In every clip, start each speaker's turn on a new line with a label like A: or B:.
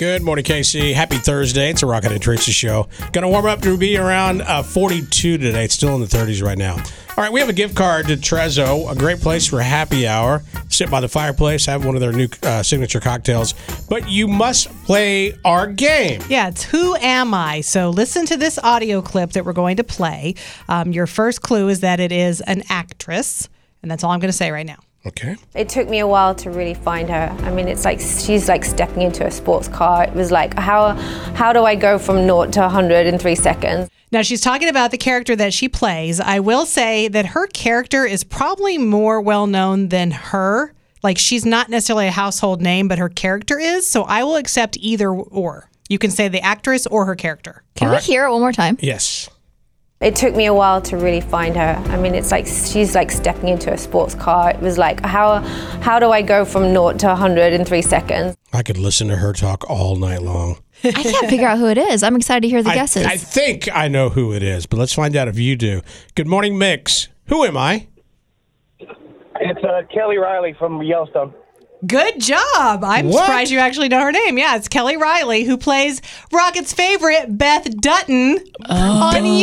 A: Good morning, KC. Happy Thursday. It's a Rocket and Tracy show. Going to warm up to be around uh, 42 today. It's still in the 30s right now. All right, we have a gift card to Trezzo, a great place for happy hour. Sit by the fireplace, have one of their new uh, signature cocktails. But you must play our game.
B: Yeah, it's Who Am I? So listen to this audio clip that we're going to play. Um, your first clue is that it is an actress, and that's all I'm going to say right now.
A: Okay.
C: It took me a while to really find her. I mean, it's like she's like stepping into a sports car. It was like, how how do I go from naught to 100 in three seconds?
B: Now she's talking about the character that she plays. I will say that her character is probably more well known than her. Like she's not necessarily a household name, but her character is. So I will accept either or. You can say the actress or her character.
D: Can
A: All
D: we
A: right.
D: hear it one more time?
A: Yes.
C: It took me a while to really find her. I mean, it's like she's like stepping into a sports car. It was like, how how do I go from naught to 100 in three seconds?
A: I could listen to her talk all night long.
D: I can't figure out who it is. I'm excited to hear the
A: I,
D: guesses.
A: I think I know who it is, but let's find out if you do. Good morning, Mix. Who am I?
E: It's uh, Kelly Riley from Yellowstone.
B: Good job. I'm
A: What?
B: surprised you actually know her name. Yeah, it's Kelly Riley, who plays Rocket's favorite, Beth Dutton, on
A: Oh. Wait a minute.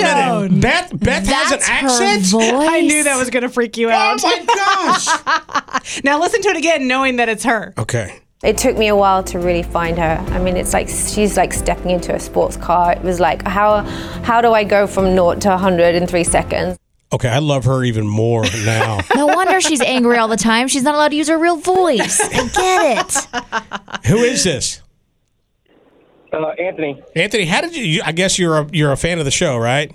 B: Yellowstone.
A: Beth, Beth has an
D: That's her
A: accent?
D: voice.
B: I knew that was going to freak you
A: Oh
B: out.
A: my gosh.
B: Now listen to it again, knowing that it's her.
A: Okay.
C: It took me a while to really find her. I mean, it's like she's like stepping into a sports car. It was like, how how do I go from naught to 100 in three seconds?
A: Okay, I love her even more now.
D: No wonder she's angry all the time. She's not allowed to use her real voice. I get it.
A: Who is this?
E: Uh, Anthony,
A: Anthony, how did you, you I guess you're a, you're a fan of the show, right?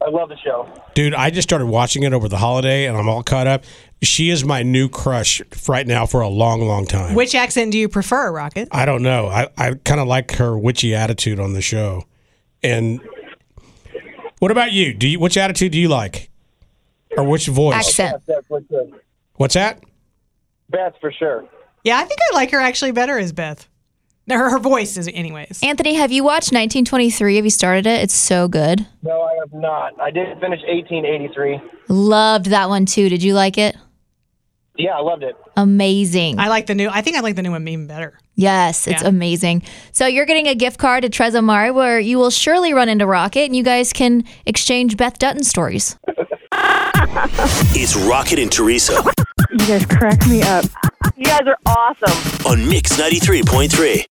E: I love the show.
A: Dude, I just started watching it over the holiday and I'm all caught up. She is my new crush right now for a long, long time.
B: Which accent do you prefer, Rocket?
A: I don't know. I, I kind of like her witchy attitude on the show. And what about you? Do you which attitude do you like? Or which voice?
D: Accent.
E: That's what's good.
A: What's that?
E: Beth for sure.
B: Yeah, I think I like her actually better as Beth. No, Her, her voice is, anyways.
D: Anthony, have you watched 1923? Have you started it? It's so good.
E: No, I have not. I did finish 1883.
D: Loved that one too. Did you like it?
E: Yeah, I loved it.
D: Amazing.
B: I like the new. I think I like the new one even better.
D: Yes, it's
B: Yeah.
D: amazing. So you're getting a gift card to Trezomari where you will surely run into Rocket and you guys can exchange Beth Dutton stories.
F: It's Rocket and Teresa
G: You guys crack me up. You guys are awesome.
F: on Mix 93.3.